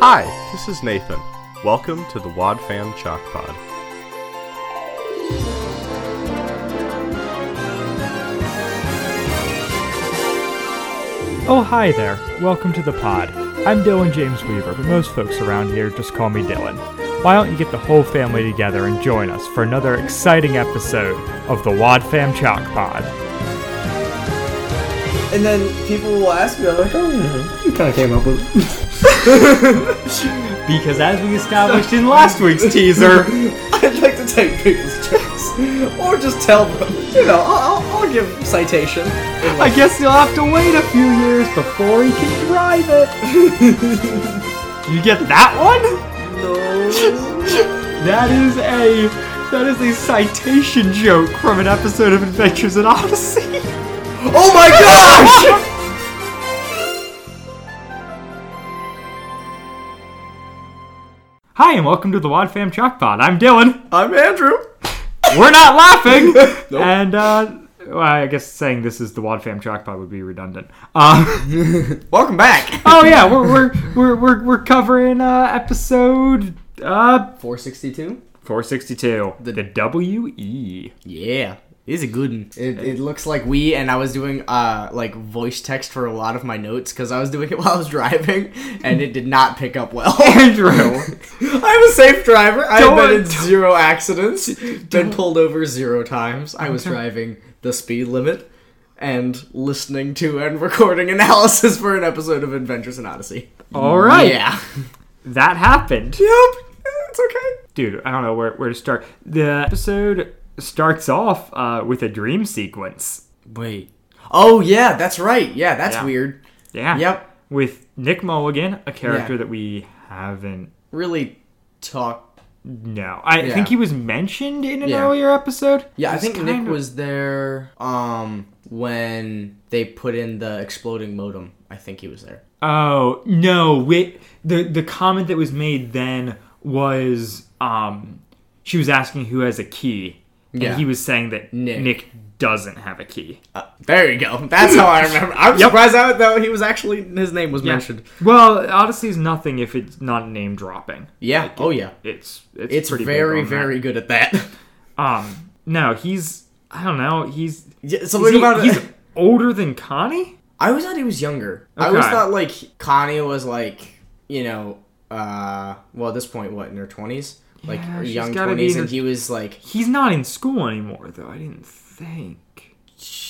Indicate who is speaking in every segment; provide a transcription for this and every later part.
Speaker 1: Hi, this is Nathan. Welcome to the Wad Fam Chalk Pod.
Speaker 2: Oh, hi there. Welcome to the pod. I'm Dylan James Weaver, but most folks around here just call me Dylan. Why don't you get the whole family together and join us for another exciting episode of the Wad Fam Chalk Pod?
Speaker 3: And then people will ask me, I'm like, oh, yeah, you kind of came up with it.
Speaker 4: Because as we established in last week's teaser,
Speaker 3: I'd like to take people's jokes. Or just tell them. You know, I'll, I'll, I'll give citation.
Speaker 4: I guess you'll have to wait a few years before he can drive it. you get that one? That is a that is a citation joke from an episode of Adventures in Odyssey.
Speaker 3: Oh my gosh!
Speaker 2: Hi, and welcome to the Wad Fam Chalk Pod. I'm Dylan.
Speaker 3: I'm Andrew.
Speaker 2: We're not laughing! And, uh, well, I guess saying this is the Wad Fam Chalk Pod would be redundant. Um,
Speaker 4: Welcome back.
Speaker 2: oh, yeah, we're, we're, we're, we're, we're covering uh, episode uh,
Speaker 3: 462?
Speaker 2: 462. The, E. WE.
Speaker 3: Yeah. It is a good one. It, it looks like we, and I was doing, uh, like, voice text for a lot of my notes because I was doing it while I was driving, and it did not pick up well.
Speaker 2: Andrew.
Speaker 3: I'm a safe driver. I've
Speaker 2: Don't-
Speaker 3: been in zero accidents. Been pulled over zero times. I was driving the speed limit and listening to and recording analysis for an episode of Adventures in Odyssey.
Speaker 2: All right.
Speaker 3: Yeah.
Speaker 2: That happened.
Speaker 3: Yep. It's okay.
Speaker 2: Dude, I don't know where, where to start. The episode starts off uh, with a dream sequence.
Speaker 3: Wait. Oh yeah, that's right. Yeah, that's
Speaker 2: Yeah.
Speaker 3: weird.
Speaker 2: Yeah.
Speaker 3: Yep.
Speaker 2: With Nick Mulligan, a character
Speaker 3: Yeah.
Speaker 2: that we haven't.
Speaker 3: Really talk.
Speaker 2: No. I
Speaker 3: Yeah.
Speaker 2: think he was mentioned in an
Speaker 3: Yeah.
Speaker 2: earlier episode.
Speaker 3: Yeah, I
Speaker 2: It's
Speaker 3: think
Speaker 2: kind
Speaker 3: Nick
Speaker 2: of-
Speaker 3: was there um when they put in the exploding modem. I think he was there.
Speaker 2: Oh no! Wait, the the comment that was made then was um, she was asking who has a key, and
Speaker 3: Yeah.
Speaker 2: he was saying that
Speaker 3: Nick.
Speaker 2: Nick, doesn't have a key.
Speaker 3: Uh, There you go. That's how I remember. I'm surprised that though he was actually his name was mentioned.
Speaker 2: Well, Odyssey is nothing if it's not name dropping.
Speaker 3: Yeah. oh yeah.
Speaker 2: It's it's,
Speaker 3: It's
Speaker 2: pretty big
Speaker 3: very
Speaker 2: on that.
Speaker 3: very good at that.
Speaker 2: um. No, he's I don't know. He's
Speaker 3: Yeah,
Speaker 2: is
Speaker 3: Something
Speaker 2: he-
Speaker 3: about
Speaker 2: he's older than Connie.
Speaker 3: I always thought he was younger. I always
Speaker 2: Okay.
Speaker 3: thought like Connie was like you know uh well at this point what in her twenties like
Speaker 2: Yeah,
Speaker 3: her
Speaker 2: she's
Speaker 3: young
Speaker 2: gotta be
Speaker 3: twenties
Speaker 2: in
Speaker 3: and
Speaker 2: her-
Speaker 3: he was like
Speaker 2: He's not in school anymore though. I didn't think.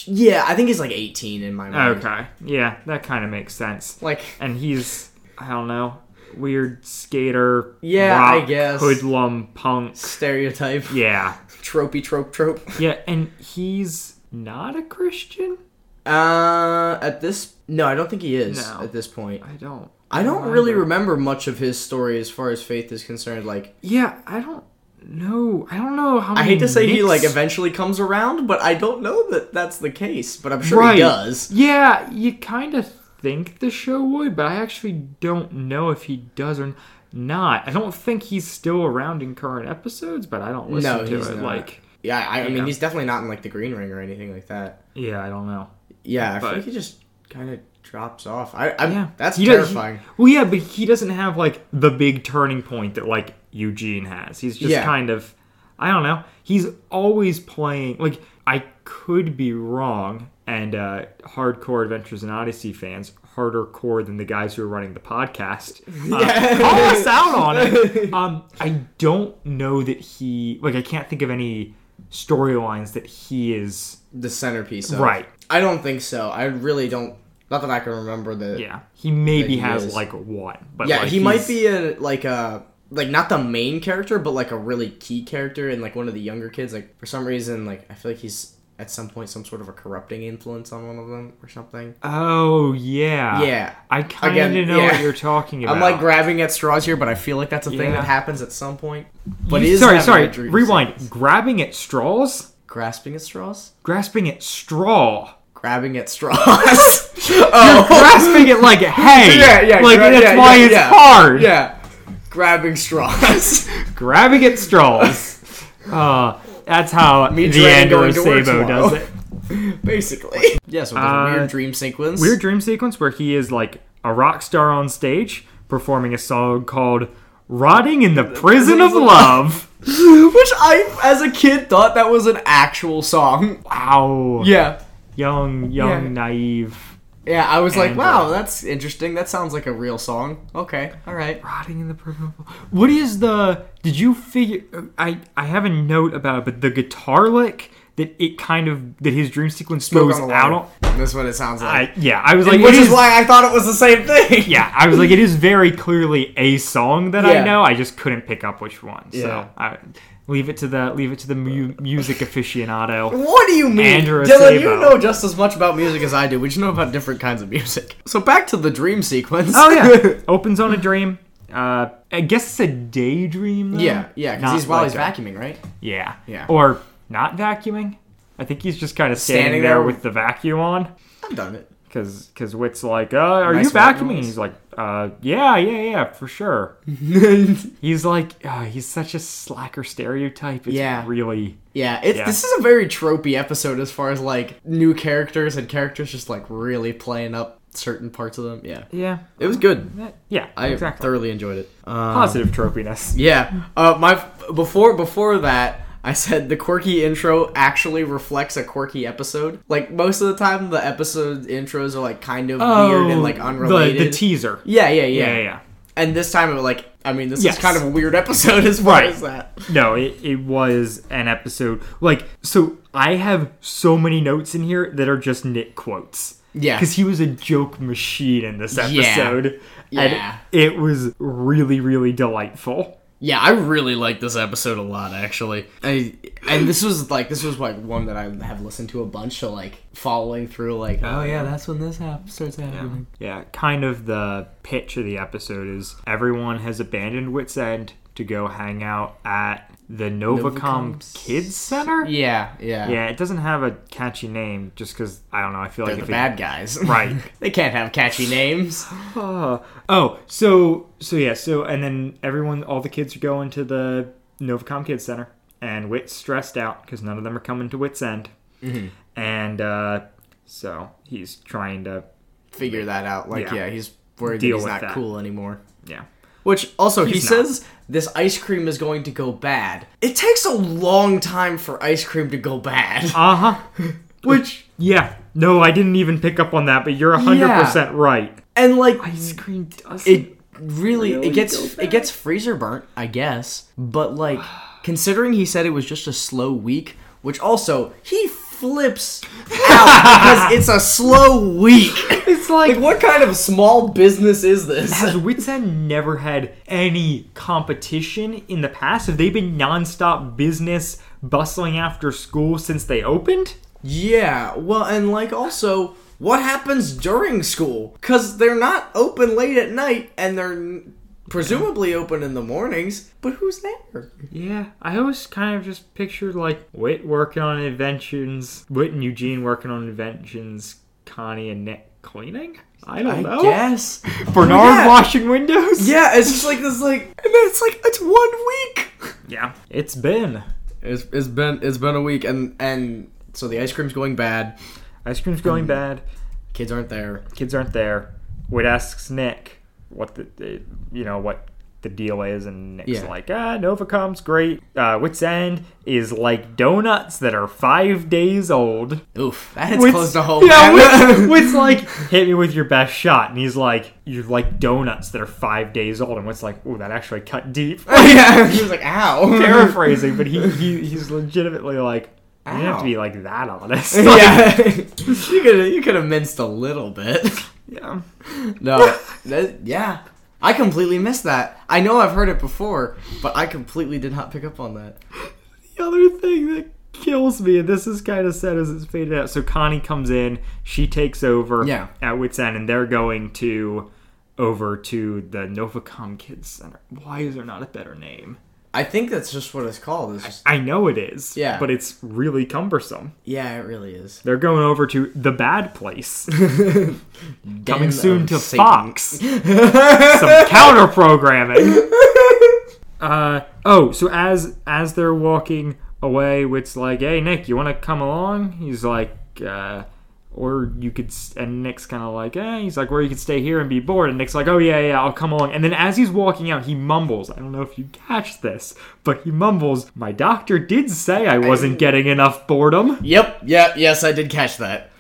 Speaker 3: yeah I think he's like eighteen in my mind.
Speaker 2: Okay. Yeah, that kind of makes sense.
Speaker 3: Like
Speaker 2: and he's I don't know, weird skater.
Speaker 3: Yeah, I guess.
Speaker 2: hoodlum punk.
Speaker 3: stereotype
Speaker 2: Yeah,
Speaker 3: tropey trope trope.
Speaker 2: yeah, and he's not a Christian.
Speaker 3: Uh, at this no I don't think he is
Speaker 2: No.
Speaker 3: at this point.
Speaker 2: I don't.
Speaker 3: I don't really
Speaker 2: either.
Speaker 3: remember much of his story as far as faith is concerned. Like
Speaker 2: Yeah, I don't know. I don't know how.
Speaker 3: I
Speaker 2: many
Speaker 3: hate to say he
Speaker 2: Knicks-
Speaker 3: like eventually comes around, but I don't know that that's the case. But I'm sure
Speaker 2: Right.
Speaker 3: he does.
Speaker 2: Yeah, you kind of think the show would, but I actually don't know if he does or not. I don't think he's still around in current episodes, but I don't listen
Speaker 3: No,
Speaker 2: to
Speaker 3: he's
Speaker 2: it.
Speaker 3: not.
Speaker 2: Like,
Speaker 3: Yeah, I, I mean
Speaker 2: Yeah.
Speaker 3: he's definitely not in like the Green Ring or anything like that.
Speaker 2: yeah, I don't know.
Speaker 3: Yeah, I think
Speaker 2: But-
Speaker 3: he just kind of drops off. I, I
Speaker 2: Yeah,
Speaker 3: that's
Speaker 2: He does-
Speaker 3: terrifying.
Speaker 2: he- well, yeah, but he doesn't have like the big turning point that like Eugene has. He's just
Speaker 3: Yeah.
Speaker 2: kind of, I don't know. He's always playing. Like I could be wrong, and uh, hardcore Adventures in Odyssey fans, harder core than the guys who are running the podcast, uh, call us out on it. Um, I don't know that he like. I can't think of any storylines that he is
Speaker 3: the centerpiece. Of.
Speaker 2: right.
Speaker 3: I don't think so. I really don't. Not that I can remember the.
Speaker 2: Yeah, he maybe
Speaker 3: he
Speaker 2: has
Speaker 3: is.
Speaker 2: like one, but
Speaker 3: Yeah,
Speaker 2: like,
Speaker 3: he might
Speaker 2: he's-
Speaker 3: be a like a like not the main character, but like a really key character and like one of the younger kids. Like for some reason, like I feel like he's at some point some sort of a corrupting influence on one of them or something.
Speaker 2: Oh yeah.
Speaker 3: Yeah.
Speaker 2: I kind
Speaker 3: Again,
Speaker 2: of know
Speaker 3: yeah.
Speaker 2: what you're talking about.
Speaker 3: I'm like grabbing at straws here, but I feel like that's a thing
Speaker 2: Yeah.
Speaker 3: that happens at some point. But
Speaker 2: but
Speaker 3: it is
Speaker 2: sorry,
Speaker 3: having
Speaker 2: sorry.
Speaker 3: a dream
Speaker 2: Rewind.
Speaker 3: sequence.
Speaker 2: Grabbing at straws,
Speaker 3: Grasping at straws.
Speaker 2: grasping at straw,
Speaker 3: Grabbing at straws. oh,
Speaker 2: grasping at like hey.
Speaker 3: Yeah, yeah,
Speaker 2: Like
Speaker 3: gra-
Speaker 2: that's
Speaker 3: yeah,
Speaker 2: why
Speaker 3: yeah,
Speaker 2: it's
Speaker 3: yeah.
Speaker 2: hard.
Speaker 3: yeah. Grabbing straws.
Speaker 2: Grabbing at straws. uh, that's how
Speaker 3: Me
Speaker 2: the
Speaker 3: dreading
Speaker 2: Andrew
Speaker 3: going to work
Speaker 2: Sabo
Speaker 3: tomorrow.
Speaker 2: does it.
Speaker 3: Basically. Yeah, so there's a
Speaker 2: Uh,
Speaker 3: weird dream sequence.
Speaker 2: Weird dream sequence where he is like a rock star on stage, performing a song called Rotting in the Prison of Love.
Speaker 3: Which I, as a kid, thought that was an actual song.
Speaker 2: Wow.
Speaker 3: Yeah.
Speaker 2: Young, young,
Speaker 3: Yeah.
Speaker 2: naive.
Speaker 3: Yeah, I was like,
Speaker 2: And,
Speaker 3: wow,
Speaker 2: uh,
Speaker 3: that's interesting. That sounds like a real song. Okay, all right.
Speaker 2: Rotting in the Prison of Love. What is the. Did you figure. I, I have a note about it, but the guitar lick that it kind of. that his dream sequence
Speaker 3: Smoke
Speaker 2: goes
Speaker 3: on the
Speaker 2: out on.
Speaker 3: water. That's what it sounds like.
Speaker 2: I, yeah, I was like,
Speaker 3: Which
Speaker 2: it
Speaker 3: is why I thought it was the same thing.
Speaker 2: Yeah, I was like, it is very clearly a song that I
Speaker 3: Yeah.
Speaker 2: know. I just couldn't pick up which one.
Speaker 3: Yeah.
Speaker 2: So I, leave it to the leave it to the mu- music aficionado.
Speaker 3: What do you mean?
Speaker 2: Andrew
Speaker 3: Dylan, you
Speaker 2: Acebo.
Speaker 3: know just as much about music as I do. We just know about different kinds of music. So back to the dream sequence.
Speaker 2: Oh yeah, opens on a dream. Uh, I guess it's a daydream. Though.
Speaker 3: yeah, yeah, because
Speaker 2: Not
Speaker 3: he's while
Speaker 2: like
Speaker 3: he's
Speaker 2: a-
Speaker 3: vacuuming, right?
Speaker 2: Yeah,
Speaker 3: Yeah.
Speaker 2: Or not vacuuming. I think he's just kind of standing,
Speaker 3: Standing
Speaker 2: there
Speaker 3: there.
Speaker 2: with the vacuum on.
Speaker 3: I've done it.
Speaker 2: Cause, cause Wit's like, uh, are
Speaker 3: Nice
Speaker 2: you
Speaker 3: white
Speaker 2: vacuuming? And
Speaker 3: noise.
Speaker 2: he's like, uh, yeah, yeah, yeah, for sure. he's like, uh, he's such a slacker stereotype. It's
Speaker 3: Yeah.
Speaker 2: really
Speaker 3: Yeah, it's
Speaker 2: Yeah.
Speaker 3: this is a very tropey episode as far as like new characters and characters just like really playing up certain parts of them. Yeah,
Speaker 2: yeah.
Speaker 3: it was good.
Speaker 2: Yeah,
Speaker 3: I
Speaker 2: exactly.
Speaker 3: thoroughly enjoyed it. Um,
Speaker 2: Positive tropiness.
Speaker 3: Yeah. Uh, my before before that, I said the quirky intro actually reflects a quirky episode. Like most of the time, the episode intros are like kind of weird and like unrelated.
Speaker 2: Oh, The, the teaser.
Speaker 3: yeah, yeah,
Speaker 2: Yeah,
Speaker 3: yeah,
Speaker 2: yeah. yeah.
Speaker 3: And this time, it was like, I mean, this
Speaker 2: Yes.
Speaker 3: is kind of a weird episode as far
Speaker 2: Right.
Speaker 3: as that.
Speaker 2: No, it, it was an episode. Like, so I have so many notes in here that are just Nick quotes.
Speaker 3: Yeah.
Speaker 2: Because he was a joke machine in this
Speaker 3: Yeah.
Speaker 2: episode.
Speaker 3: Yeah.
Speaker 2: And it was really, really delightful.
Speaker 3: Yeah, I really like this episode a lot, actually. I, and this was like this was like one that I have listened to a bunch. So like following through, like oh yeah, that's when this hap- starts happening.
Speaker 2: Yeah, kind of the pitch of the episode is everyone has abandoned Wits End to go hang out at the Novacom
Speaker 3: Novacom
Speaker 2: Kids Center?
Speaker 3: Yeah, yeah.
Speaker 2: Yeah, it doesn't have a catchy name just because, I don't know, I feel
Speaker 3: They're
Speaker 2: like
Speaker 3: the
Speaker 2: if it
Speaker 3: bad guys.
Speaker 2: Right.
Speaker 3: They can't have catchy names.
Speaker 2: Uh, oh, so so yeah, so and then everyone, all the kids are going to the Novacom Kids Center, and Wit's stressed out because none of them are coming to Wit's End, Mm-hmm. and uh, so he's trying to
Speaker 3: Figure that out. Like,
Speaker 2: Yeah.
Speaker 3: yeah, he's worried
Speaker 2: Deal
Speaker 3: that he's
Speaker 2: with
Speaker 3: not
Speaker 2: that.
Speaker 3: cool anymore.
Speaker 2: yeah.
Speaker 3: Which also he
Speaker 2: He's not.
Speaker 3: says this ice cream is going to go bad. It takes a long time for ice cream to go bad.
Speaker 2: Uh huh. Which yeah, no, I didn't even pick up on that, but you're hundred percent right.
Speaker 3: And like
Speaker 2: Screen does
Speaker 3: it really,
Speaker 2: really
Speaker 3: it
Speaker 2: go
Speaker 3: gets
Speaker 2: bad.
Speaker 3: it gets freezer burnt, I guess. But like considering he said it was just a slow week, which also he flips out because it's a slow week.
Speaker 2: It's like,
Speaker 3: Like what kind of small business is this?
Speaker 2: has Wits End never had any competition in the past? Have they been nonstop business bustling after school since they opened?
Speaker 3: Yeah, well, and like also, what happens during school? Because they're not open late at night and they're n- presumably open in the mornings, but who's there?
Speaker 2: Yeah, I always kind of just pictured like Wit working on inventions, Wit and Eugene working on inventions, Connie and Nick cleaning. I don't know.
Speaker 3: guess.
Speaker 2: Bernard
Speaker 3: Yeah.
Speaker 2: washing windows.
Speaker 3: Yeah, it's just like this, like, and then it's like, it's one week!
Speaker 2: yeah. It's been
Speaker 3: It's, it's been it's been a week, and and so the ice cream's going bad.
Speaker 2: ice cream's going
Speaker 3: Mm.
Speaker 2: bad.
Speaker 3: Kids aren't there.
Speaker 2: Kids aren't there. Wit asks Nick what the, the you know what the deal is, and Nick's
Speaker 3: Yeah.
Speaker 2: like, ah, Novacom's great. Uh, Wit's End is like donuts that are five days old.
Speaker 3: Oof, that hits
Speaker 2: Wits-
Speaker 3: close to home.
Speaker 2: Yeah, Wits,
Speaker 3: man.
Speaker 2: Wits like hit me with your best shot, and he's like, "You're like donuts that are five days old." And Wits like, "Oh, that actually cut deep."
Speaker 3: yeah, he was like, ow.
Speaker 2: Paraphrasing, but he, he he's legitimately like, "You don't have
Speaker 3: Ow.
Speaker 2: to be like that honest."
Speaker 3: yeah, you could you could have minced a little bit.
Speaker 2: yeah.
Speaker 3: No, that- yeah, I completely missed that. I know I've heard it before, but I completely did not pick up on that.
Speaker 2: The other thing that kills me, and this is kind of sad as it's faded out. So Connie comes in, she takes over
Speaker 3: Yeah.
Speaker 2: at Wits End, and they're going to over to the Novacom Kids Center. Why is there not a better name?
Speaker 3: I think that's just what it's called. It's just,
Speaker 2: I know it is,
Speaker 3: Yeah.
Speaker 2: but it's really cumbersome.
Speaker 3: yeah, it really is.
Speaker 2: They're going over to the bad place. Coming
Speaker 3: Den
Speaker 2: soon
Speaker 3: of
Speaker 2: to
Speaker 3: um, Satan.
Speaker 2: Fox. Some counter programming. Uh oh, so as as they're walking away, Wit's like, "Hey Nick, you want to come along?" He's like, uh, Or you could, s- and Nick's kind of like, eh, he's like, or you could stay here and be bored. And Nick's like, oh, yeah, yeah, I'll come along. And then as he's walking out, he mumbles, I don't know if you catch this, but he mumbles, my doctor did say I wasn't getting enough boredom.
Speaker 3: Yep. Yeah. Yes, I did catch that.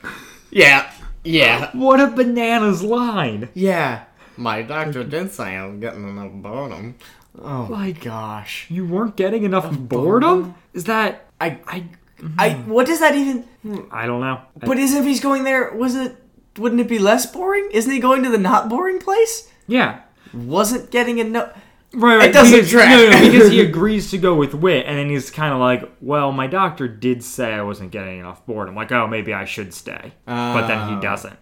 Speaker 3: Yeah. Yeah.
Speaker 2: What a bananas line.
Speaker 3: Yeah. My doctor did say I was getting enough boredom. Oh my
Speaker 2: Like-
Speaker 3: gosh.
Speaker 2: You weren't getting enough boredom? Is that,
Speaker 3: I I I. What does that even?
Speaker 2: I don't know. I-
Speaker 3: But isn't if he's going there? Wasn't it? Wouldn't it be less boring? Isn't he going to the not boring place?
Speaker 2: yeah.
Speaker 3: Wasn't getting enough.
Speaker 2: Right, right.
Speaker 3: It doesn't
Speaker 2: because,
Speaker 3: track.
Speaker 2: No, no, because he agrees to go with Wit, and then he's kind of like, "Well, my doctor did say I wasn't getting enough boredom. Like, oh, maybe I should stay." but then he doesn't.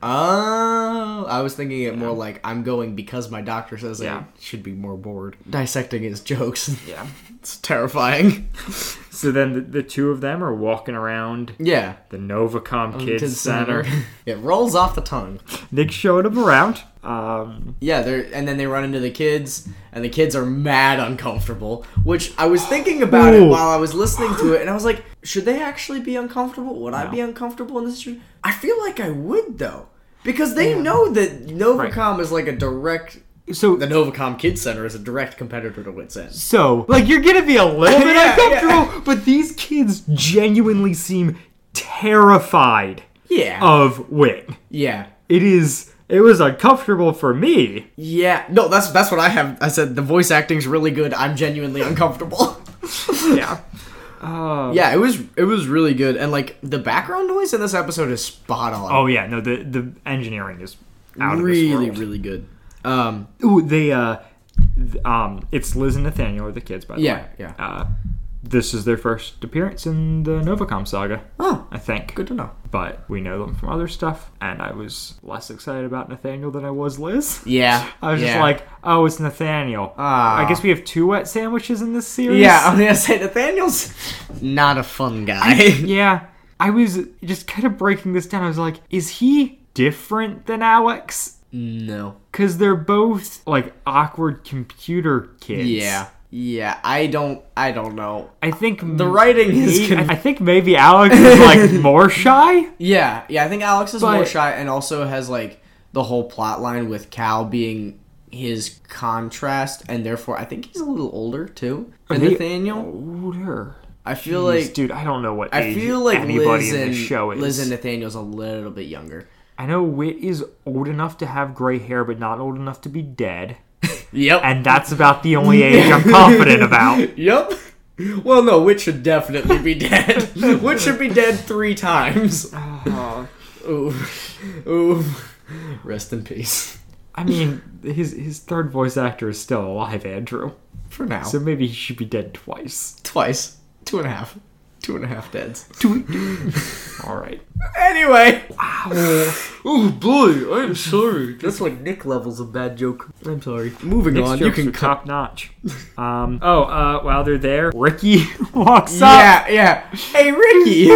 Speaker 3: Oh, I was thinking it more like I'm going because my doctor says
Speaker 2: Yeah.
Speaker 3: I should be more bored. Dissecting his jokes.
Speaker 2: Yeah.
Speaker 3: it's terrifying.
Speaker 2: So then the, the two of them are walking around
Speaker 3: Yeah.
Speaker 2: the Novacom Kids,
Speaker 3: Kids
Speaker 2: Center.
Speaker 3: it rolls off the tongue.
Speaker 2: Nick showed them around. Um,
Speaker 3: Yeah, they're and then they run into the kids, and the kids are mad uncomfortable. Which I was thinking about it
Speaker 2: Ooh.
Speaker 3: while I was listening to it, and I was like, should they actually be uncomfortable? Would I be uncomfortable in this? situ- I feel like I would though, because they know that Novacom is like a direct.
Speaker 2: so
Speaker 3: The Novacom Kids Center is a direct competitor to WitZen.
Speaker 2: so like you're gonna be a little bit
Speaker 3: Yeah,
Speaker 2: uncomfortable, but these kids genuinely seem terrified
Speaker 3: Yeah.
Speaker 2: of Wit.
Speaker 3: yeah.
Speaker 2: It is. It was uncomfortable for me.
Speaker 3: Yeah. No, that's that's what I have. I said the voice acting's really good. I'm genuinely uncomfortable.
Speaker 2: Yeah.
Speaker 3: yeah, it was it was really good, and like the background noise in this episode is spot on.
Speaker 2: Oh yeah, no the the engineering is out of
Speaker 3: really
Speaker 2: this world.
Speaker 3: really good. Um.
Speaker 2: Ooh, they uh, th- um, it's Liz and Nathaniel are the kids by the
Speaker 3: Yeah.
Speaker 2: way.
Speaker 3: Yeah.
Speaker 2: Uh, this is their first appearance in the Novacom saga,
Speaker 3: Oh,
Speaker 2: I think.
Speaker 3: good to know.
Speaker 2: But we know them from other stuff, and I was less excited about Nathaniel than I was Liz.
Speaker 3: Yeah.
Speaker 2: I was just
Speaker 3: yeah.
Speaker 2: like, oh, it's Nathaniel.
Speaker 3: Ah.
Speaker 2: I guess we have two wet sandwiches in this series.
Speaker 3: Yeah, I'm gonna say Nathaniel's not a fun guy.
Speaker 2: Yeah, I was just kind of breaking this down. I was like, is he different than Alex?
Speaker 3: no.
Speaker 2: Because they're both like awkward computer kids.
Speaker 3: Yeah. Yeah. I don't. I don't know.
Speaker 2: I think
Speaker 3: The writing is.
Speaker 2: Maybe,
Speaker 3: con-
Speaker 2: I think maybe Alex is like more shy.
Speaker 3: Yeah, yeah, I think Alex is more
Speaker 2: But-
Speaker 3: shy and also has like the whole plot line with Cal being his contrast and therefore I think he's a little older too than
Speaker 2: they-
Speaker 3: Nathaniel.
Speaker 2: Older.
Speaker 3: I feel
Speaker 2: Jeez,
Speaker 3: like
Speaker 2: dude, I don't know what
Speaker 3: I
Speaker 2: age
Speaker 3: feel like
Speaker 2: anybody
Speaker 3: Liz
Speaker 2: in
Speaker 3: and
Speaker 2: this show is.
Speaker 3: Liz and Nathaniel's a little bit younger.
Speaker 2: I know Wit is old enough to have gray hair, but not old enough to be dead.
Speaker 3: Yep.
Speaker 2: And that's about the only age I'm confident about.
Speaker 3: yep. Well, no, Witch should definitely be dead. Witch should be dead three times. Ooh. Ooh. Rest in peace.
Speaker 2: I mean, his his third voice actor is still alive, Andrew.
Speaker 3: For now.
Speaker 2: So maybe he should be dead twice.
Speaker 3: Twice. Two and a half. Two and a half deads.
Speaker 2: All right.
Speaker 3: Anyway.
Speaker 4: Oh boy, I'm sorry.
Speaker 3: That's what Nick levels a bad joke. I'm sorry. Moving
Speaker 2: Nick's
Speaker 3: on, you
Speaker 2: jokes
Speaker 3: can
Speaker 2: are
Speaker 3: cut.
Speaker 2: top notch. Um, oh, uh, while they're there, Ricky walks up,
Speaker 3: Yeah, yeah. Hey, Ricky.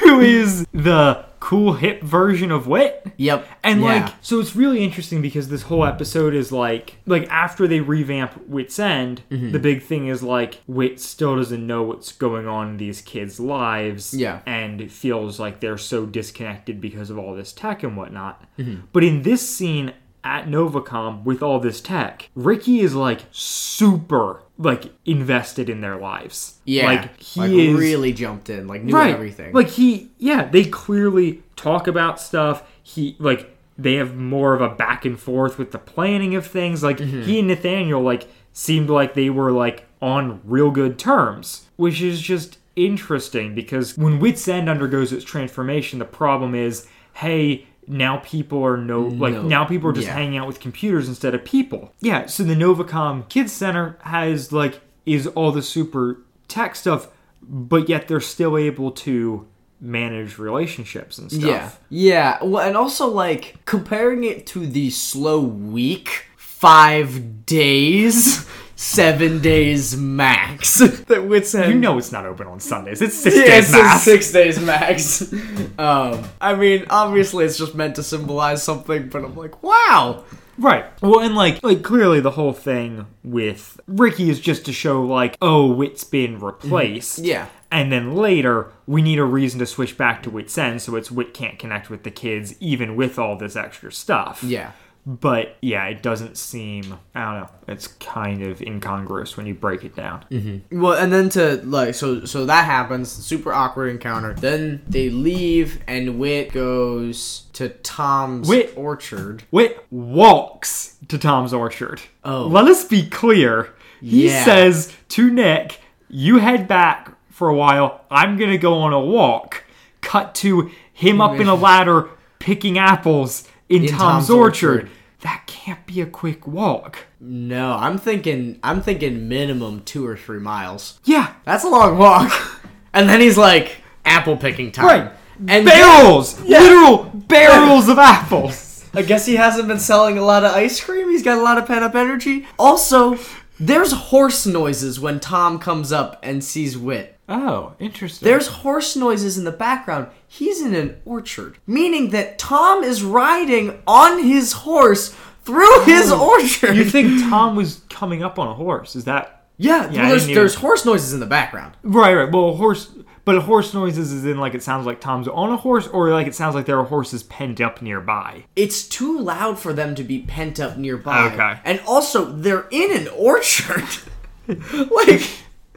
Speaker 2: who is the cool hip version of Wit.
Speaker 3: yep.
Speaker 2: And
Speaker 3: Yeah.
Speaker 2: like, so it's really interesting because this whole episode is like, like after they revamp Wit's End,
Speaker 3: Mm-hmm.
Speaker 2: the big thing is like Wit still doesn't know what's going on in these kids' lives,
Speaker 3: Yeah.
Speaker 2: and it feels like they're so disconnected because of all this tech and whatnot.
Speaker 3: Mm-hmm.
Speaker 2: But in this scene at Novacom with all this tech, Ricky is like super like invested in their lives.
Speaker 3: yeah,
Speaker 2: like he
Speaker 3: Like,
Speaker 2: is
Speaker 3: really jumped in, like knew everything.
Speaker 2: like he, yeah, they clearly talk about stuff. He like they have more of a back and forth with the planning of things. Like
Speaker 3: Mm-hmm.
Speaker 2: he and Nathaniel like seemed like they were like on real good terms, which is just interesting because when Wits End undergoes its transformation, the problem is, hey. Now people are no like
Speaker 3: No.
Speaker 2: now people are just
Speaker 3: Yeah.
Speaker 2: hanging out with computers instead of people. Yeah, so the Novacom Kids Center has like is all the super tech stuff, but yet they're still able to manage relationships and stuff.
Speaker 3: yeah, yeah. Well, and also like comparing it to the slow week, five days, seven days max. that Wits had.
Speaker 2: You know it's not open on Sundays. It's six
Speaker 3: Yeah,
Speaker 2: days
Speaker 3: it's just
Speaker 2: math.
Speaker 3: six days max. um, I mean, obviously, it's just meant to symbolize something, but I'm like, wow.
Speaker 2: Right. Well, and like, like clearly the whole thing with Ricky is just to show like, oh, it's been replaced.
Speaker 3: Mm-hmm. Yeah.
Speaker 2: And then later, we need a reason to switch back to Wit's End, so it's Wit can't connect with the kids, even with all this extra stuff.
Speaker 3: Yeah.
Speaker 2: But yeah, it doesn't seem, I don't know, it's kind of incongruous when you break it down.
Speaker 3: Well, and then to like so so that happens, super awkward encounter. Then they leave and Wit goes to Tom's
Speaker 2: Wit-
Speaker 3: orchard.
Speaker 2: Wit walks to Tom's orchard.
Speaker 3: Oh.
Speaker 2: Let us be clear. He
Speaker 3: Yeah.
Speaker 2: says to Nick, You head back for a while. I'm going to go on a walk. Cut to him up in a ladder picking apples in, Tom's,
Speaker 3: Tom's
Speaker 2: orchard.
Speaker 3: orchard.
Speaker 2: That can't be a quick walk.
Speaker 3: No, I'm thinking I'm thinking minimum 2 or 3 miles.
Speaker 2: Yeah.
Speaker 3: That's a long walk. And then he's like apple picking time.
Speaker 2: Right.
Speaker 3: And
Speaker 2: Barrels! Literal barrels of apples.
Speaker 3: I guess he hasn't been selling a lot of ice cream. He's got a lot of pent up energy. Also, there's horse noises when Tom comes up and sees Wit.
Speaker 2: Oh, interesting.
Speaker 3: There's horse noises in the background. He's in an orchard, meaning that Tom is riding on his horse through his orchard.
Speaker 2: Oh, you think Tom was coming up on a horse? Is that
Speaker 3: Yeah,
Speaker 2: Yeah, I
Speaker 3: well,
Speaker 2: didn't
Speaker 3: there's,
Speaker 2: even-
Speaker 3: there's horse noises in the background.
Speaker 2: Right, right. Well, a horse, but a horse noises is in like it sounds like Tom's on a horse, or like it sounds like there are horses penned up nearby.
Speaker 3: It's too loud for them to be pent up nearby.
Speaker 2: Okay.
Speaker 3: And also, they're in an orchard. like.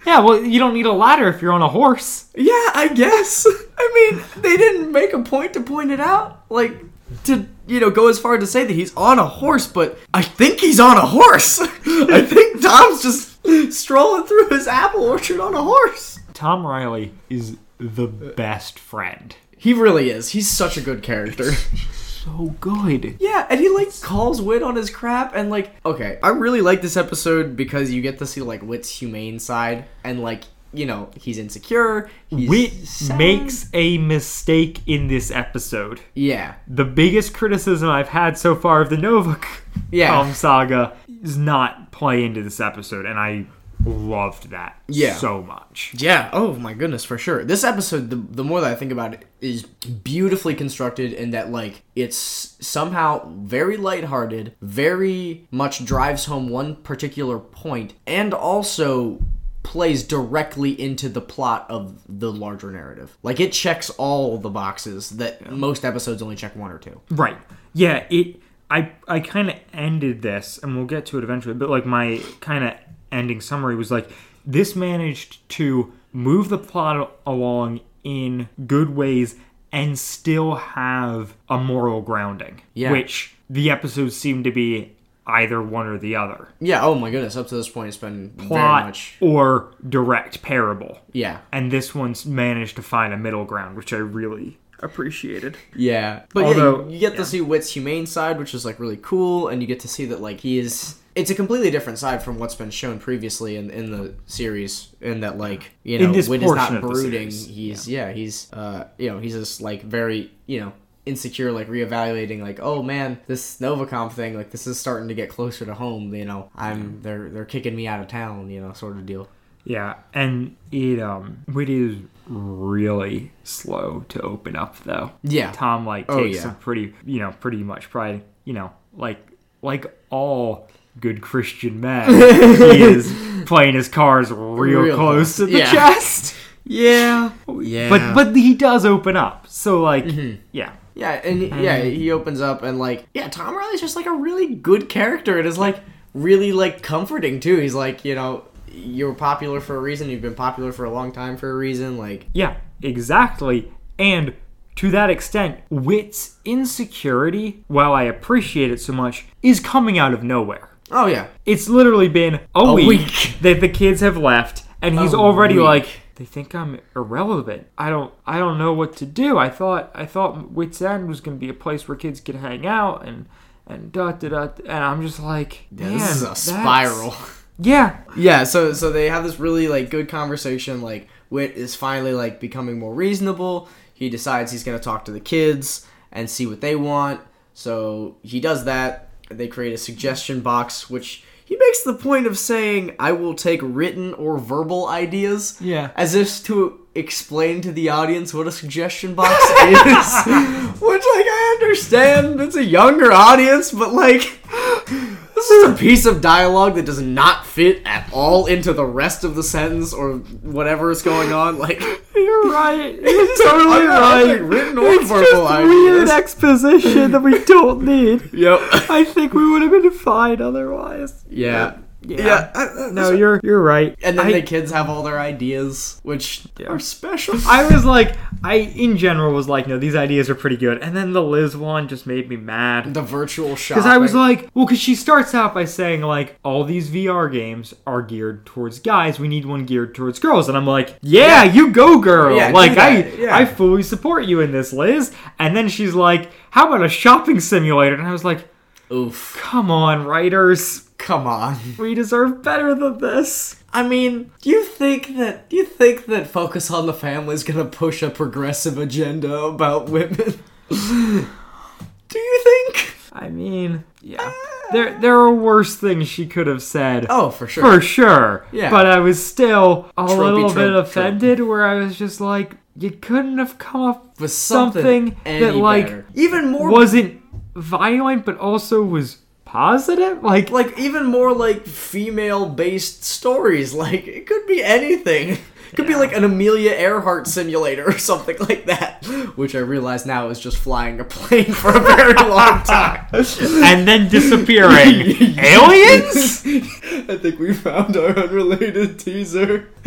Speaker 2: Yeah, well, you don't need a ladder if you're on a horse.
Speaker 3: Yeah, I guess. I mean, they didn't make a point to point it out. Like, to, you know, go as far to say that he's on a horse, but I think he's on a horse. I think Tom's just strolling through his apple orchard on a horse.
Speaker 2: Tom Riley is the best friend.
Speaker 3: He really is. He's such a good character.
Speaker 2: So good.
Speaker 3: yeah, and he, like, calls Wit on his crap, and, like, okay, I really like this episode because you get to see, like, Wit's humane side, and, like, you know, he's insecure. He's
Speaker 2: Wit
Speaker 3: sad.
Speaker 2: makes a mistake in this episode.
Speaker 3: Yeah.
Speaker 2: The biggest criticism I've had so far of the Nova
Speaker 3: Yeah.
Speaker 2: Tom saga does not play into this episode, and I loved that
Speaker 3: Yeah.
Speaker 2: so much.
Speaker 3: Yeah. Oh my goodness, for sure. This episode, the, the more that I think about it, is beautifully constructed in that like it's somehow very lighthearted, very much drives home one particular point, and also plays directly into the plot of the larger narrative. Like it checks all the boxes that most episodes only check one or two.
Speaker 2: Right. Yeah, it I I kind of ended this and we'll get to it eventually, but like my kind of ending summary was like this managed to move the plot along in good ways and still have a moral grounding,
Speaker 3: Yeah.
Speaker 2: which the episodes seem to be either one or the other.
Speaker 3: Yeah, oh my goodness, up to this point it's been very
Speaker 2: Plot
Speaker 3: much
Speaker 2: or direct parable.
Speaker 3: Yeah.
Speaker 2: And this one's managed to find a middle ground, which I really appreciated.
Speaker 3: Yeah, but yeah,
Speaker 2: Although-
Speaker 3: you, you get to see Wit's humane side, which is like really cool, and you get to see that like he is. It's a completely different side from what's been shown previously in, in the series, in that like you know
Speaker 2: In this
Speaker 3: Wit is
Speaker 2: portion
Speaker 3: not
Speaker 2: of the
Speaker 3: brooding.
Speaker 2: series,
Speaker 3: He's yeah. he's uh you know he's just like very you know insecure, like reevaluating like oh man this Novacom thing like this is starting to get closer to home. You know I'm they're they're kicking me out of town. You know sort of deal.
Speaker 2: Yeah, and it um it is really slow to open up though.
Speaker 3: Yeah.
Speaker 2: Tom like takes
Speaker 3: Oh, yeah.
Speaker 2: some pretty you know, pretty much pride you know, like like all good Christian men, he is playing his cards real,
Speaker 3: Real
Speaker 2: close to the
Speaker 3: yeah.
Speaker 2: chest.
Speaker 3: Yeah, yeah. Mm-hmm.
Speaker 2: But but he does open up. So like yeah.
Speaker 3: Yeah, and yeah,
Speaker 2: Mm-hmm.
Speaker 3: he opens up and like yeah, Tom Riley's just like a really good character and is like really like comforting too. He's like, you know, you're popular for a reason, you've been popular for a long time for a reason, like
Speaker 2: Yeah, exactly. And to that extent, Wit's insecurity, while I appreciate it so much, is coming out of nowhere.
Speaker 3: oh yeah.
Speaker 2: It's literally been a, week,
Speaker 3: week.
Speaker 2: that the kids have left, and he's
Speaker 3: A
Speaker 2: already
Speaker 3: week.
Speaker 2: like, "They think I'm irrelevant. I don't, I don't know what to do. I thought, I thought Wits End was gonna be a place where kids could hang out and and da da da." And I'm just like,
Speaker 3: Yeah,
Speaker 2: Man,
Speaker 3: this is a
Speaker 2: that's-
Speaker 3: spiral.
Speaker 2: Yeah,
Speaker 3: yeah, so so they have this really like good conversation like Wit is finally like becoming more reasonable. He decides he's going to talk to the kids and see what they want. So he does that. They create a suggestion box which he makes the point of saying I will take written or verbal ideas.
Speaker 2: Yeah.
Speaker 3: As if to explain to the audience what a suggestion box is. Which like I understand it's a younger audience, but like this just a piece of dialogue that does not fit at all into the rest of the sentence or whatever is going on. Like,
Speaker 2: You're right. You're totally
Speaker 3: I
Speaker 2: right.
Speaker 3: think written or
Speaker 2: It's just
Speaker 3: verbal
Speaker 2: weird
Speaker 3: ideas.
Speaker 2: exposition that we don't need.
Speaker 3: Yep.
Speaker 2: I think we would have been fine otherwise.
Speaker 3: yeah.
Speaker 2: Yeah.
Speaker 3: I- I-
Speaker 2: No, you're you're right.
Speaker 3: And then
Speaker 2: I,
Speaker 3: the kids have all their ideas, which are special.
Speaker 2: I was like, I in general was like, no, these ideas are pretty good. And then the Liz one just made me mad.
Speaker 3: the virtual shop.
Speaker 2: Because I was like, well, because she starts out by saying, like, all these VR games are geared towards guys. We need one geared towards girls. And I'm like, yeah, you go, girl.
Speaker 3: Yeah, do
Speaker 2: like, I,
Speaker 3: that. Yeah.
Speaker 2: I fully support you in this, Liz. And then she's like, how about a shopping simulator? And I was like,
Speaker 3: oof,
Speaker 2: come on, writers.
Speaker 3: come on.
Speaker 2: We deserve better than this.
Speaker 3: I mean, do you think that do you think that Focus on the Family is gonna push a progressive agenda about women? do you think?
Speaker 2: I mean, yeah. There, there are worse things she could have said.
Speaker 3: Oh, for sure.
Speaker 2: For sure.
Speaker 3: Yeah.
Speaker 2: But I was still a
Speaker 3: Tropey,
Speaker 2: little bit
Speaker 3: trope,
Speaker 2: offended where I was just like, you couldn't have come up
Speaker 3: With
Speaker 2: with
Speaker 3: something,
Speaker 2: something, that
Speaker 3: any
Speaker 2: like
Speaker 3: better. even more
Speaker 2: wasn't violent but also was positive. Like,
Speaker 3: like even more like female based stories. Like it could be anything. It could be like an Amelia Earhart simulator or something like that. Which I realize now is just flying a plane for a very long time.
Speaker 2: and then disappearing. Aliens?
Speaker 3: I think we found our unrelated teaser.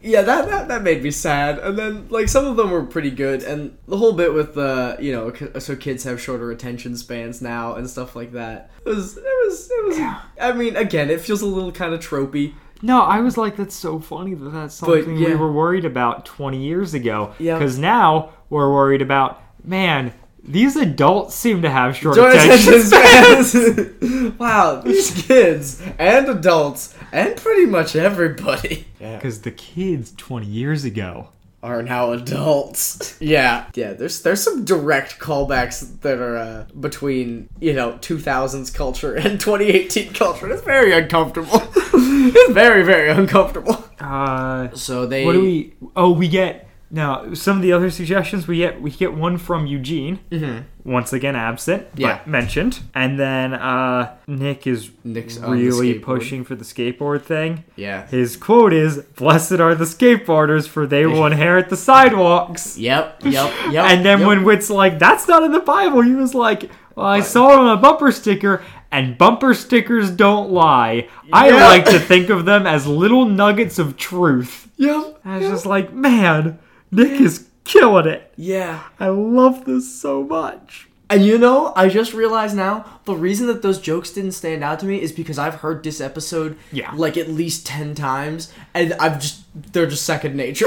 Speaker 3: yeah, that, that that made me sad. And then like some of them were pretty good, and the whole bit with the you know k- so kids have shorter attention spans now and stuff like that. It was it was it was. I mean, again, it feels a little kind of tropey.
Speaker 2: No, I was like, that's so funny that that's something
Speaker 3: yeah.
Speaker 2: we were worried about 20 years ago.
Speaker 3: Yeah.
Speaker 2: Because now we're worried about, man, these adults seem to have short
Speaker 3: Short
Speaker 2: attention
Speaker 3: attention spans. wow, these kids and adults and pretty much everybody.
Speaker 2: Because the kids 20 years ago
Speaker 3: are now adults. yeah, yeah. There's there's some direct callbacks that are uh, between you know 2000s culture and 2018 culture. It's very uncomfortable. it's very very uncomfortable.
Speaker 2: Uh,
Speaker 3: So they.
Speaker 2: what do we? Oh, we get now. Some of the other suggestions we get. We get one from Eugene. Mm-hmm. Once again, absent.
Speaker 3: Yeah.
Speaker 2: but mentioned. And then uh, Nick is
Speaker 3: Nick's on the
Speaker 2: really
Speaker 3: skateboard.
Speaker 2: pushing for the skateboard thing.
Speaker 3: Yeah.
Speaker 2: His quote is, "Blessed are the skateboarders, for they will inherit the sidewalks."
Speaker 3: Yep. Yep. Yep.
Speaker 2: And then
Speaker 3: yep.
Speaker 2: when Witt's like, "That's not in the Bible," he was like, "Well, I saw it on a bumper sticker." And bumper stickers don't lie. I
Speaker 3: Yeah.
Speaker 2: like to think of them as little nuggets of truth.
Speaker 3: Yep.
Speaker 2: I was just like, man, Nick is killing it.
Speaker 3: Yeah.
Speaker 2: I love this so much.
Speaker 3: And you know, I just realized now the reason that those jokes didn't stand out to me is because I've heard this episode
Speaker 2: Yeah.
Speaker 3: like at least ten times, and I've just they're just second nature.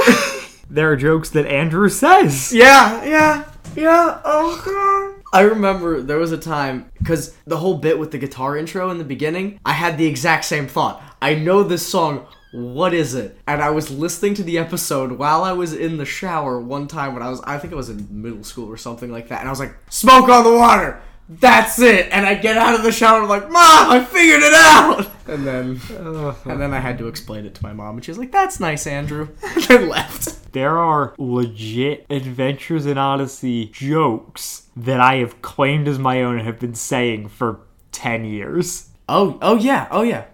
Speaker 2: There are jokes that Andrew says.
Speaker 3: Yeah, yeah, yeah. Oh god. I remember there was a time because the whole bit with the guitar intro in the beginning, I had the exact same thought. I know this song. What is it? And I was listening to the episode while I was in the shower one time when I was, I think I was in middle school or something like that. And I was like, "Smoke on the water." That's it. And I get out of the shower. I'm like, "Mom, I figured it out." And then, and then I had to explain it to my mom, and she was like, "That's nice, Andrew." And then left.
Speaker 2: There are legit Adventures in Odyssey jokes that I have claimed as my own and have been saying for 10 years.
Speaker 3: Oh, oh yeah, oh yeah.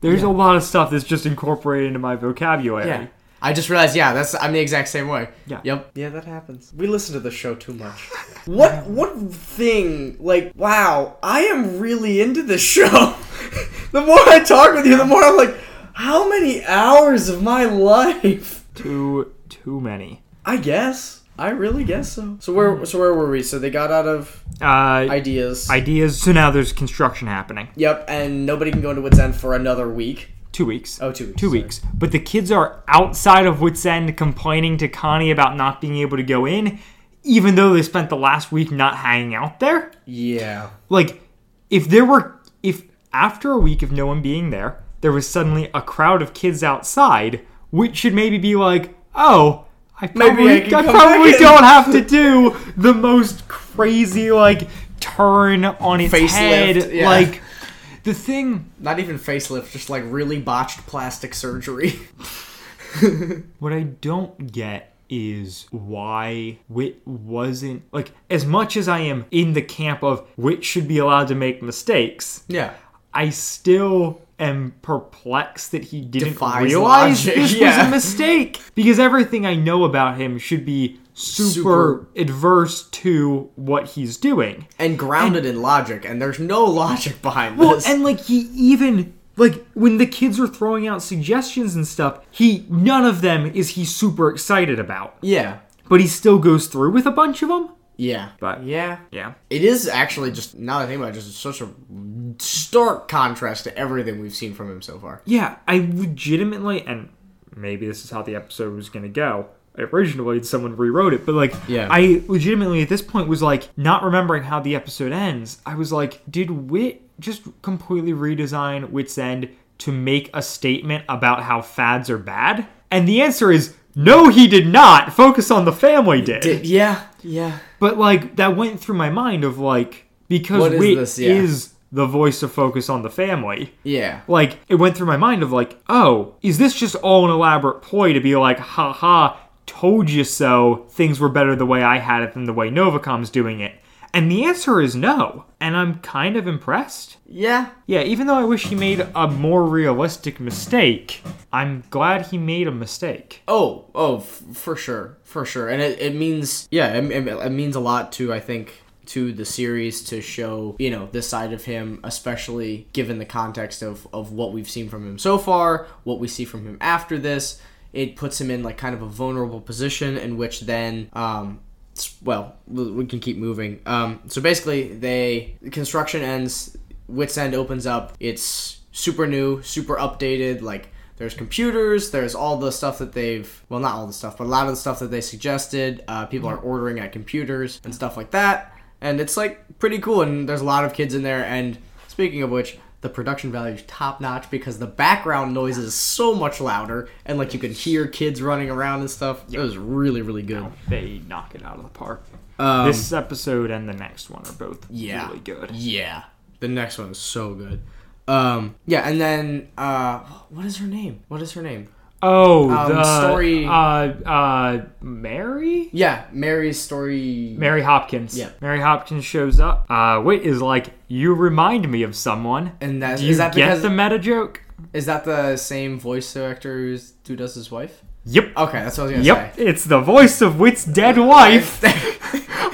Speaker 2: There's a lot of stuff that's just incorporated into my vocabulary.
Speaker 3: Yeah. I just realized, yeah, that's I'm the exact same way.
Speaker 2: Yeah.
Speaker 3: Yep. Yeah, that happens. We listen to the show too much. what what thing like wow, I am really into this show. the more I talk with you, the more I'm like, how many hours of my life?
Speaker 2: Too, too many.
Speaker 3: I guess. I really guess so. So where so where were we? So they got out of
Speaker 2: Uh,
Speaker 3: ideas.
Speaker 2: ideas. So now there's construction happening.
Speaker 3: yep, and nobody can go into Woods End for another week.
Speaker 2: Two weeks.
Speaker 3: Oh, two weeks.
Speaker 2: two
Speaker 3: sorry.
Speaker 2: weeks. But the kids are outside of Wits End complaining to Connie about not being able to go in, even though they spent the last week not hanging out there.
Speaker 3: Yeah.
Speaker 2: Like, if there were, if after a week of no one being there, there was suddenly a crowd of kids outside, which should maybe be like, oh, I probably,
Speaker 3: I can
Speaker 2: I
Speaker 3: come
Speaker 2: probably
Speaker 3: back in.
Speaker 2: don't have to do the most crazy, like, turn on its
Speaker 3: Facelift,
Speaker 2: head.
Speaker 3: yeah.
Speaker 2: Like, the thing.
Speaker 3: Not even facelift, just like really botched plastic surgery.
Speaker 2: What I don't get is why Wit wasn't like as much as I am in the camp of Wit should be allowed to make mistakes.
Speaker 3: Yeah.
Speaker 2: I still am perplexed that he didn't
Speaker 3: Defies
Speaker 2: realize
Speaker 3: logic,
Speaker 2: this was
Speaker 3: yeah.
Speaker 2: a mistake because everything I know about him should be super,
Speaker 3: Super.
Speaker 2: adverse to what he's doing.
Speaker 3: And grounded in logic, and there's no logic behind
Speaker 2: Well,
Speaker 3: this.
Speaker 2: and like he even like when the kids are throwing out suggestions and stuff, he none of them is he super excited about,
Speaker 3: yeah.
Speaker 2: but he still goes through with a bunch of them.
Speaker 3: Yeah.
Speaker 2: But-
Speaker 3: yeah.
Speaker 2: Yeah.
Speaker 3: It is actually just now that I think about it, just such a stark contrast to everything we've seen from him so far.
Speaker 2: Yeah, I legitimately, and maybe this is how the episode was going to go. Originally, someone rewrote it, but like,
Speaker 3: Yeah.
Speaker 2: I legitimately at this point was like, not remembering how the episode ends. I was like, did Wit just completely redesign Wit's End to make a statement about how fads are bad? And the answer is no, he did not. Focus on the family did.
Speaker 3: yeah, yeah.
Speaker 2: But like, that went through my mind of like, because
Speaker 3: What is
Speaker 2: Wit
Speaker 3: this? Yeah.
Speaker 2: is the voice of focus on the family
Speaker 3: Yeah.
Speaker 2: like it went through my mind of like oh is this just all an elaborate ploy to be like ha ha told you so things were better the way i had it than the way novacom's doing it and the answer is no and i'm kind of impressed
Speaker 3: Yeah.
Speaker 2: yeah even though i wish he made a more realistic mistake i'm glad he made a mistake
Speaker 3: Oh, oh, f- for sure, for sure, and it, it means yeah, it, it, it means a lot to I think to the series to show you know this side of him, especially given the context of of what we've seen from him so far, what we see from him after this. It puts him in like kind of a vulnerable position in which then um, s- well we we can keep moving. Um, so basically, they the construction ends, Wits End opens up. It's super new, super updated, like there's computers there's all the stuff that they've well not all the stuff but a lot of the stuff that they suggested uh, people are ordering at computers and stuff like that and it's like pretty cool and there's a lot of kids in there and speaking of which the production value is top notch because the background noise is so much louder and like you can hear kids running around and stuff it was really really good
Speaker 2: they knock it out of the park this episode and the next one are both
Speaker 3: Um, Yeah.
Speaker 2: really good
Speaker 3: Yeah. The next one is so good. Um, yeah, and then uh, what is her name? What is her name?
Speaker 2: oh
Speaker 3: Um,
Speaker 2: the
Speaker 3: story-
Speaker 2: uh uh mary
Speaker 3: Yeah, Mary's story.
Speaker 2: Mary Hopkins.
Speaker 3: Yeah.
Speaker 2: Mary Hopkins shows up. Uh, Wit is like, you remind me of someone.
Speaker 3: and that,
Speaker 2: Do you
Speaker 3: is that
Speaker 2: get
Speaker 3: because Oh,
Speaker 2: the meta joke?
Speaker 3: is that the same voice actor who's, who does his wife?
Speaker 2: Yep.
Speaker 3: Okay, that's what I was gonna
Speaker 2: yep. It's the voice of Wit's dead wife.
Speaker 3: say.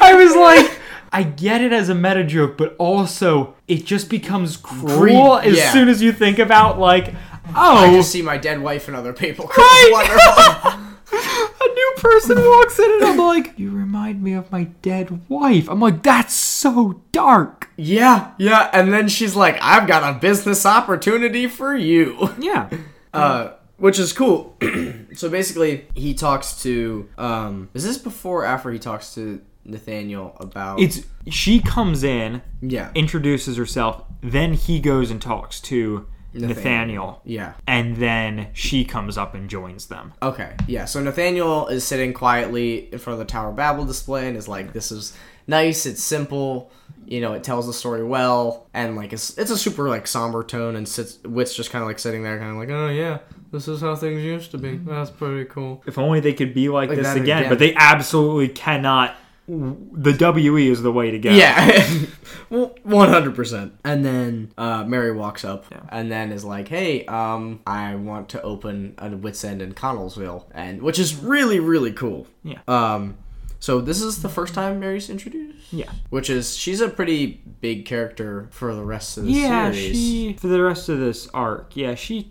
Speaker 2: I was like, I get it as a meta joke, but also it just becomes cruel
Speaker 3: Greed,
Speaker 2: as
Speaker 3: yeah.
Speaker 2: soon as you think about like,
Speaker 3: I
Speaker 2: oh,
Speaker 3: just see my dead wife and other people.
Speaker 2: Right. a new person walks in, and I'm like, you remind me of my dead wife. I'm like, that's so dark.
Speaker 3: yeah, yeah, and then she's like, "I've got a business opportunity for you."
Speaker 2: Yeah.
Speaker 3: Uh, which is cool. so basically, he talks to. Um, is this before or after he talks to Nathaniel about?
Speaker 2: It's she comes in
Speaker 3: yeah,
Speaker 2: introduces herself. Then he goes and talks to Nathaniel.
Speaker 3: yeah.
Speaker 2: And then she comes up and joins them.
Speaker 3: Okay, yeah. So Nathaniel is sitting quietly in front of the Tower of Babel display and is like, "This is nice. It's simple. You know, it tells the story well, and like it's it's a super like somber tone." And sits Wit's just kind of like sitting there, kind of like, "Oh yeah, this is how things used to be. That's pretty cool."
Speaker 2: If only they could be like, this
Speaker 3: that
Speaker 2: again,
Speaker 3: again.
Speaker 2: but they absolutely cannot. The WE is the way to go.
Speaker 3: Yeah, one hundred percent. And then uh, Mary walks up, and then is like, "Hey, um, I want to open a Wits End in Connellsville, and which is really really cool."
Speaker 2: Yeah.
Speaker 3: Um, so this is the first time Mary's introduced,
Speaker 2: Yeah.
Speaker 3: which is she's a pretty big character for the rest of the
Speaker 2: Yeah,
Speaker 3: series.
Speaker 2: she. For the rest of this arc, yeah, she's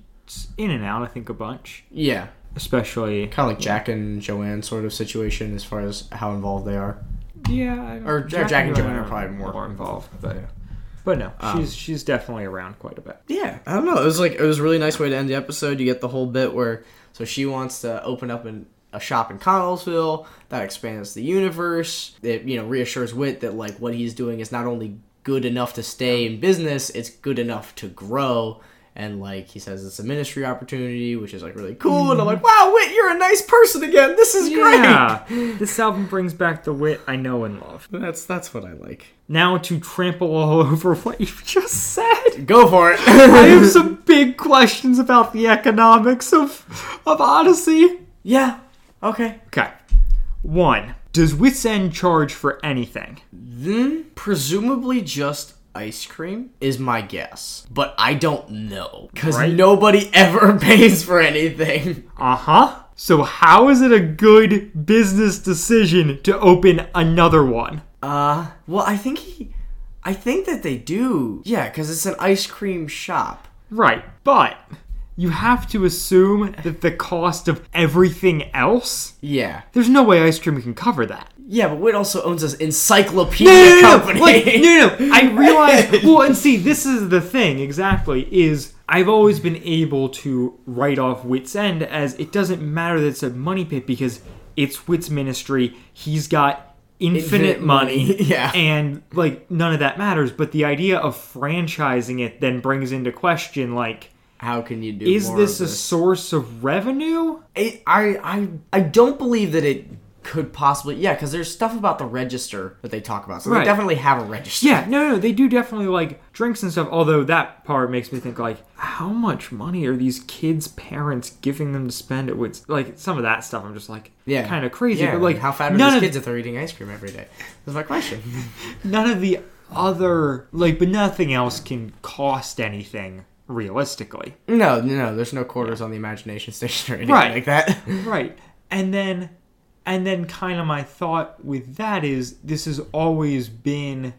Speaker 2: in and out, I think, a bunch.
Speaker 3: Yeah,
Speaker 2: Especially.
Speaker 3: kind of like Jack and Joanne sort of situation as far as how involved they are.
Speaker 2: Yeah. I-
Speaker 3: Or- or Jack and Joanne are probably more- Um,
Speaker 2: involved. But, but no, she's she's definitely around quite a bit.
Speaker 3: Yeah, I don't know. It was like it was a really nice way to end the episode. You get the whole bit where so she wants to open up an, a shop in Connellsville that expands the universe. It you know reassures Wit that like what he's doing is not only good enough to stay in business, it's good enough to grow. And like he says, it's a ministry opportunity, which is like really cool. And I'm like, wow, Wit, you're a nice person again. This is
Speaker 2: Yeah. this album brings back the wit I know and love.
Speaker 3: great. That's that's what I like.
Speaker 2: Now to trample all over what you've just said.
Speaker 3: Go for
Speaker 2: I
Speaker 3: it.
Speaker 2: have some big questions about the economics of of Odyssey.
Speaker 3: yeah. Okay.
Speaker 2: Okay. One, does Witzen charge for anything?
Speaker 3: Then Mm, presumably just ice cream is my guess, but I don't know because
Speaker 2: Right.
Speaker 3: nobody ever pays for anything.
Speaker 2: Uh huh. So, how is it a good business decision to open another one?
Speaker 3: Uh, well, I think he, I think that they do. Yeah, because it's an ice cream shop.
Speaker 2: Right, but you have to assume that the cost of everything else?
Speaker 3: Yeah,
Speaker 2: There's no way ice cream can cover that.
Speaker 3: yeah, but Witt also owns an encyclopedia company.
Speaker 2: Like, no, no, no. I realize. Well, and see, this is the thing exactly. Is I've always been able to write off Wits End as it doesn't matter that it's a money pit because it's Wits Ministry. He's got infinite,
Speaker 3: Infinite
Speaker 2: money,
Speaker 3: money, yeah.
Speaker 2: and like none of that matters. But the idea of franchising it then brings into question like.
Speaker 3: How can you do?
Speaker 2: Is
Speaker 3: more
Speaker 2: this a
Speaker 3: of this?
Speaker 2: source of revenue?
Speaker 3: it, I I I don't believe that it could possibly yeah because there's stuff about the register that they talk about so
Speaker 2: Right.
Speaker 3: they definitely have a register
Speaker 2: Yeah, no, no, they do definitely like drinks and stuff. Although that part makes me think like, how much money are these kids' parents giving them to spend at Wits? Like some of that stuff, I'm just like,
Speaker 3: yeah
Speaker 2: kind of crazy.
Speaker 3: yeah.
Speaker 2: but like,
Speaker 3: how fat are
Speaker 2: none
Speaker 3: these
Speaker 2: of
Speaker 3: kids if they're eating ice cream every day that's my question
Speaker 2: none of the other like, but nothing else can cost anything realistically,
Speaker 3: no no no there's no quarters on the imagination station or anything
Speaker 2: Right.
Speaker 3: like that
Speaker 2: right? And then, and then, kind of my thought with that is this has always been.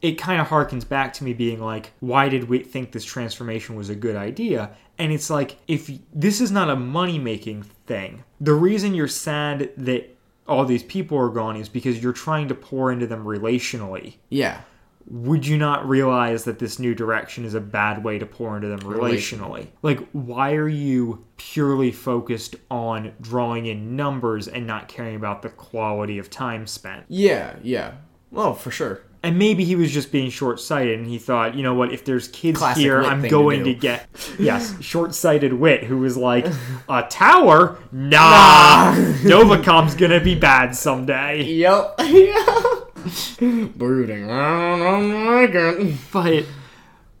Speaker 2: It kind of harkens back to me being like, why did we think this transformation was a good idea? And it's like, if y- this is not a money making thing, the reason you're sad that all these people are gone is because you're trying to pour into them relationally.
Speaker 3: yeah
Speaker 2: would you not realize that this new direction is a bad way to pour into them relationally? Like, why are you purely focused on drawing in numbers and not caring about the quality of time spent?
Speaker 3: yeah yeah well for sure
Speaker 2: And maybe he was just being short sighted and he thought, you know what, if there's kids
Speaker 3: Classic
Speaker 2: here,
Speaker 3: wit
Speaker 2: I'm
Speaker 3: thing to
Speaker 2: going to,
Speaker 3: do.
Speaker 2: get. Yes, short sighted wit who was like, a tower? Nah, Novacom's going to be bad someday.
Speaker 3: yep brooding i don't like it
Speaker 2: But.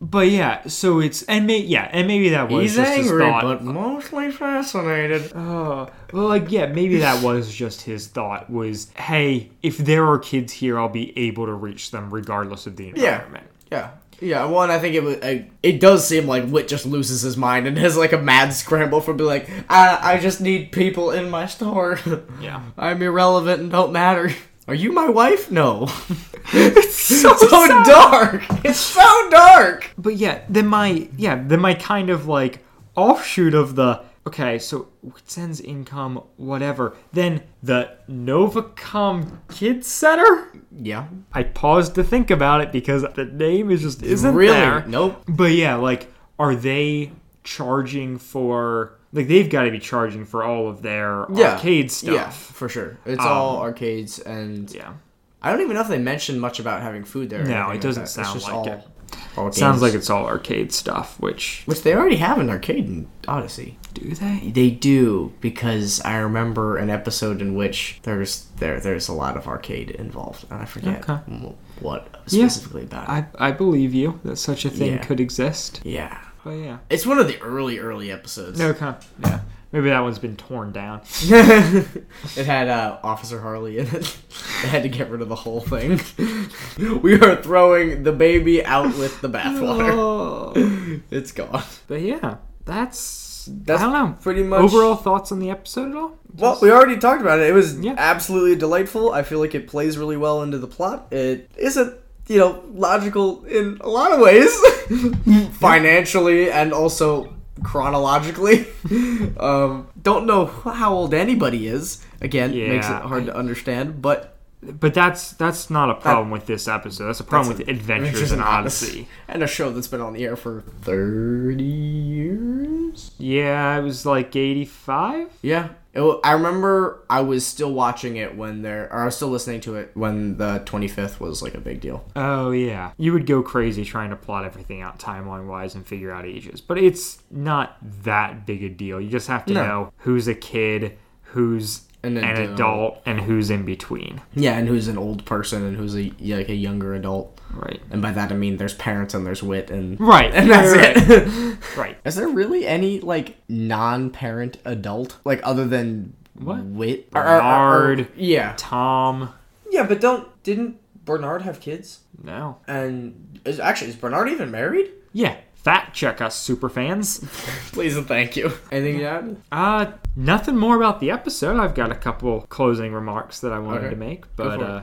Speaker 2: But yeah, so it's and may yeah, and maybe that was
Speaker 3: he's
Speaker 2: just his
Speaker 3: angry
Speaker 2: thought.
Speaker 3: but mostly fascinated
Speaker 2: Oh, well, like, yeah, maybe that was just his thought was, hey, if there are kids here, I'll be able to reach them regardless of the
Speaker 3: Yeah.
Speaker 2: environment.
Speaker 3: Yeah. Yeah, one, I think it was, I, it does seem like Wit just loses his mind and has like a mad scramble for be like, I, I just need people in my store.
Speaker 2: Yeah.
Speaker 3: I'm irrelevant and don't matter. Are you my wife? No.
Speaker 2: It's so,
Speaker 3: so
Speaker 2: sad.
Speaker 3: dark. It's so dark.
Speaker 2: But yeah, then my, yeah, then my kind of like offshoot of the, okay, so Witsend's income, whatever. Then the Novacom Kid Center?
Speaker 3: Yeah.
Speaker 2: I paused to think about it because the name is just isn't
Speaker 3: really?
Speaker 2: there.
Speaker 3: Nope.
Speaker 2: But yeah, like, are they charging for? Like, they've got to be charging for all of their
Speaker 3: Yeah.
Speaker 2: arcade
Speaker 3: Yeah,
Speaker 2: stuff. Um,
Speaker 3: for sure. It's all arcades and
Speaker 2: Yeah.
Speaker 3: I don't even know if they mentioned much about having food there. or
Speaker 2: No, it
Speaker 3: anything like
Speaker 2: doesn't
Speaker 3: that. It's
Speaker 2: sound
Speaker 3: just
Speaker 2: like
Speaker 3: all-
Speaker 2: it.
Speaker 3: all
Speaker 2: Sounds
Speaker 3: games.
Speaker 2: like it's all arcade stuff. Which
Speaker 3: Which they already have an arcade in Odyssey.
Speaker 2: do they?
Speaker 3: They do because I remember an episode in which there's there there's a lot of arcade involved, and I forget
Speaker 2: Okay.
Speaker 3: wh- Mm, what specifically about it.
Speaker 2: I I believe you that such a thing
Speaker 3: Yeah.
Speaker 2: could exist.
Speaker 3: yeah,
Speaker 2: But yeah.
Speaker 3: it's one of the early early episodes.
Speaker 2: Okay. Yeah. Maybe that one's been torn down.
Speaker 3: it had uh, Officer Harley in it. They had to get rid of the whole thing. we are throwing the baby out with the bathwater.
Speaker 2: Oh.
Speaker 3: It's gone.
Speaker 2: But yeah, that's.
Speaker 3: That's
Speaker 2: I don't know.
Speaker 3: pretty much-
Speaker 2: overall thoughts on the episode at all.
Speaker 3: Well, we already talked about it. It was
Speaker 2: Yeah.
Speaker 3: absolutely delightful. I feel like it plays really well into the plot. It isn't, you know, logical in a lot of ways, financially and also chronologically. um, don't know how old anybody is. Again, makes it
Speaker 2: Yeah.
Speaker 3: hard to understand, but
Speaker 2: But that's that's not a problem with this episode. That's a problem
Speaker 3: That's
Speaker 2: with
Speaker 3: a-
Speaker 2: Adventures, in Odyssey.
Speaker 3: and a show that's been on the air for 30 years.
Speaker 2: Yeah, it was like eighty-five.
Speaker 3: Yeah. It, wa- I remember I was still watching it when there, or I was still listening to it when the 25th was like a big deal.
Speaker 2: Oh yeah, you would go crazy trying to plot everything out timeline-wise and figure out ages. But it's not that big a deal. You just have to
Speaker 3: No.
Speaker 2: know who's a kid, who's
Speaker 3: An
Speaker 2: an,
Speaker 3: adult.
Speaker 2: adult, and who's in between.
Speaker 3: Yeah, and who's an old person and who's a yeah, like a younger adult.
Speaker 2: Right.
Speaker 3: And by that I mean there's parents and there's wit and
Speaker 2: Right.
Speaker 3: and that's
Speaker 2: right, right,
Speaker 3: it.
Speaker 2: Right.
Speaker 3: Is there really any like non-parent adult like other than
Speaker 2: What?
Speaker 3: Wit
Speaker 2: Bernard.
Speaker 3: yeah.
Speaker 2: Tom.
Speaker 3: Yeah, but don't didn't Bernard have kids?
Speaker 2: No.
Speaker 3: And is actually is Bernard even married?
Speaker 2: Yeah. Fact check us, super fans.
Speaker 3: Please and thank you. Anything to add?
Speaker 2: Uh, nothing more about the episode. I've got a couple closing remarks that I wanted
Speaker 3: Okay.
Speaker 2: to make,
Speaker 3: for
Speaker 2: but
Speaker 3: it.
Speaker 2: uh,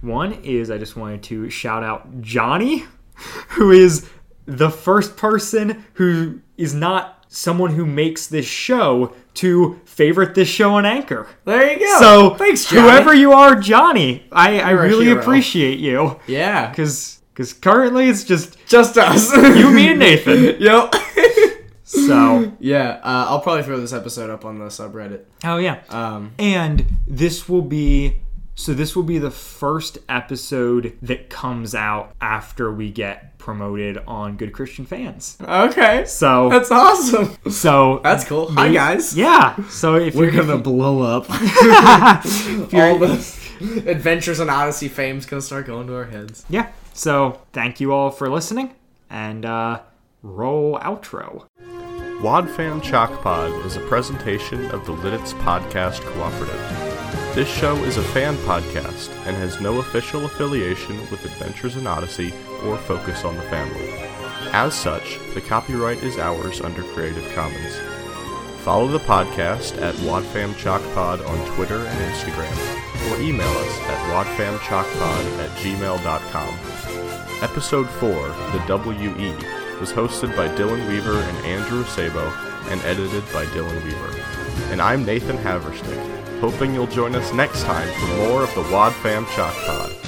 Speaker 2: one is I just wanted to shout out Johnny, who is the first person who is not someone who makes this show to favorite this show on Anchor.
Speaker 3: There you go.
Speaker 2: So
Speaker 3: Oh, thanks, Johnny.
Speaker 2: whoever you are, Johnny, I, I
Speaker 3: You're a
Speaker 2: really
Speaker 3: hero.
Speaker 2: appreciate you
Speaker 3: Yeah.
Speaker 2: because because currently it's just
Speaker 3: Just us.
Speaker 2: you, me, and Nathan.
Speaker 3: Yo.
Speaker 2: So
Speaker 3: yeah. Uh, I'll probably throw this episode up on the subreddit.
Speaker 2: oh yeah.
Speaker 3: Um.
Speaker 2: And this will be so this will be the first episode that comes out after we get promoted on Good Christian Fans.
Speaker 3: Okay.
Speaker 2: So
Speaker 3: That's awesome.
Speaker 2: so
Speaker 3: That's cool. Hi guys.
Speaker 2: yeah. So if
Speaker 3: We're
Speaker 2: you're
Speaker 3: gonna blow up.
Speaker 2: you're-
Speaker 3: All the adventures and Odyssey fame's gonna start going to our heads.
Speaker 2: yeah. So thank you all for listening and uh roll outro.
Speaker 1: Wadfan Chalk Pod is a presentation of the Lidditz Podcast Cooperative. This show is a fan podcast and has no official affiliation with Adventures in Odyssey or Focus on the Family. As such, the copyright is ours under Creative Commons. Follow the podcast at Wadfam Chalk Pod on Twitter and Instagram, or email us at wadfamchalkpod at gmail.com. Episode 4, The WE, was hosted by Dylan Weaver and Andrew Sabo and edited by Dylan Weaver. And I'm Nathan Haverstick, hoping you'll join us next time for more of the Wad Fam Chalk Pod.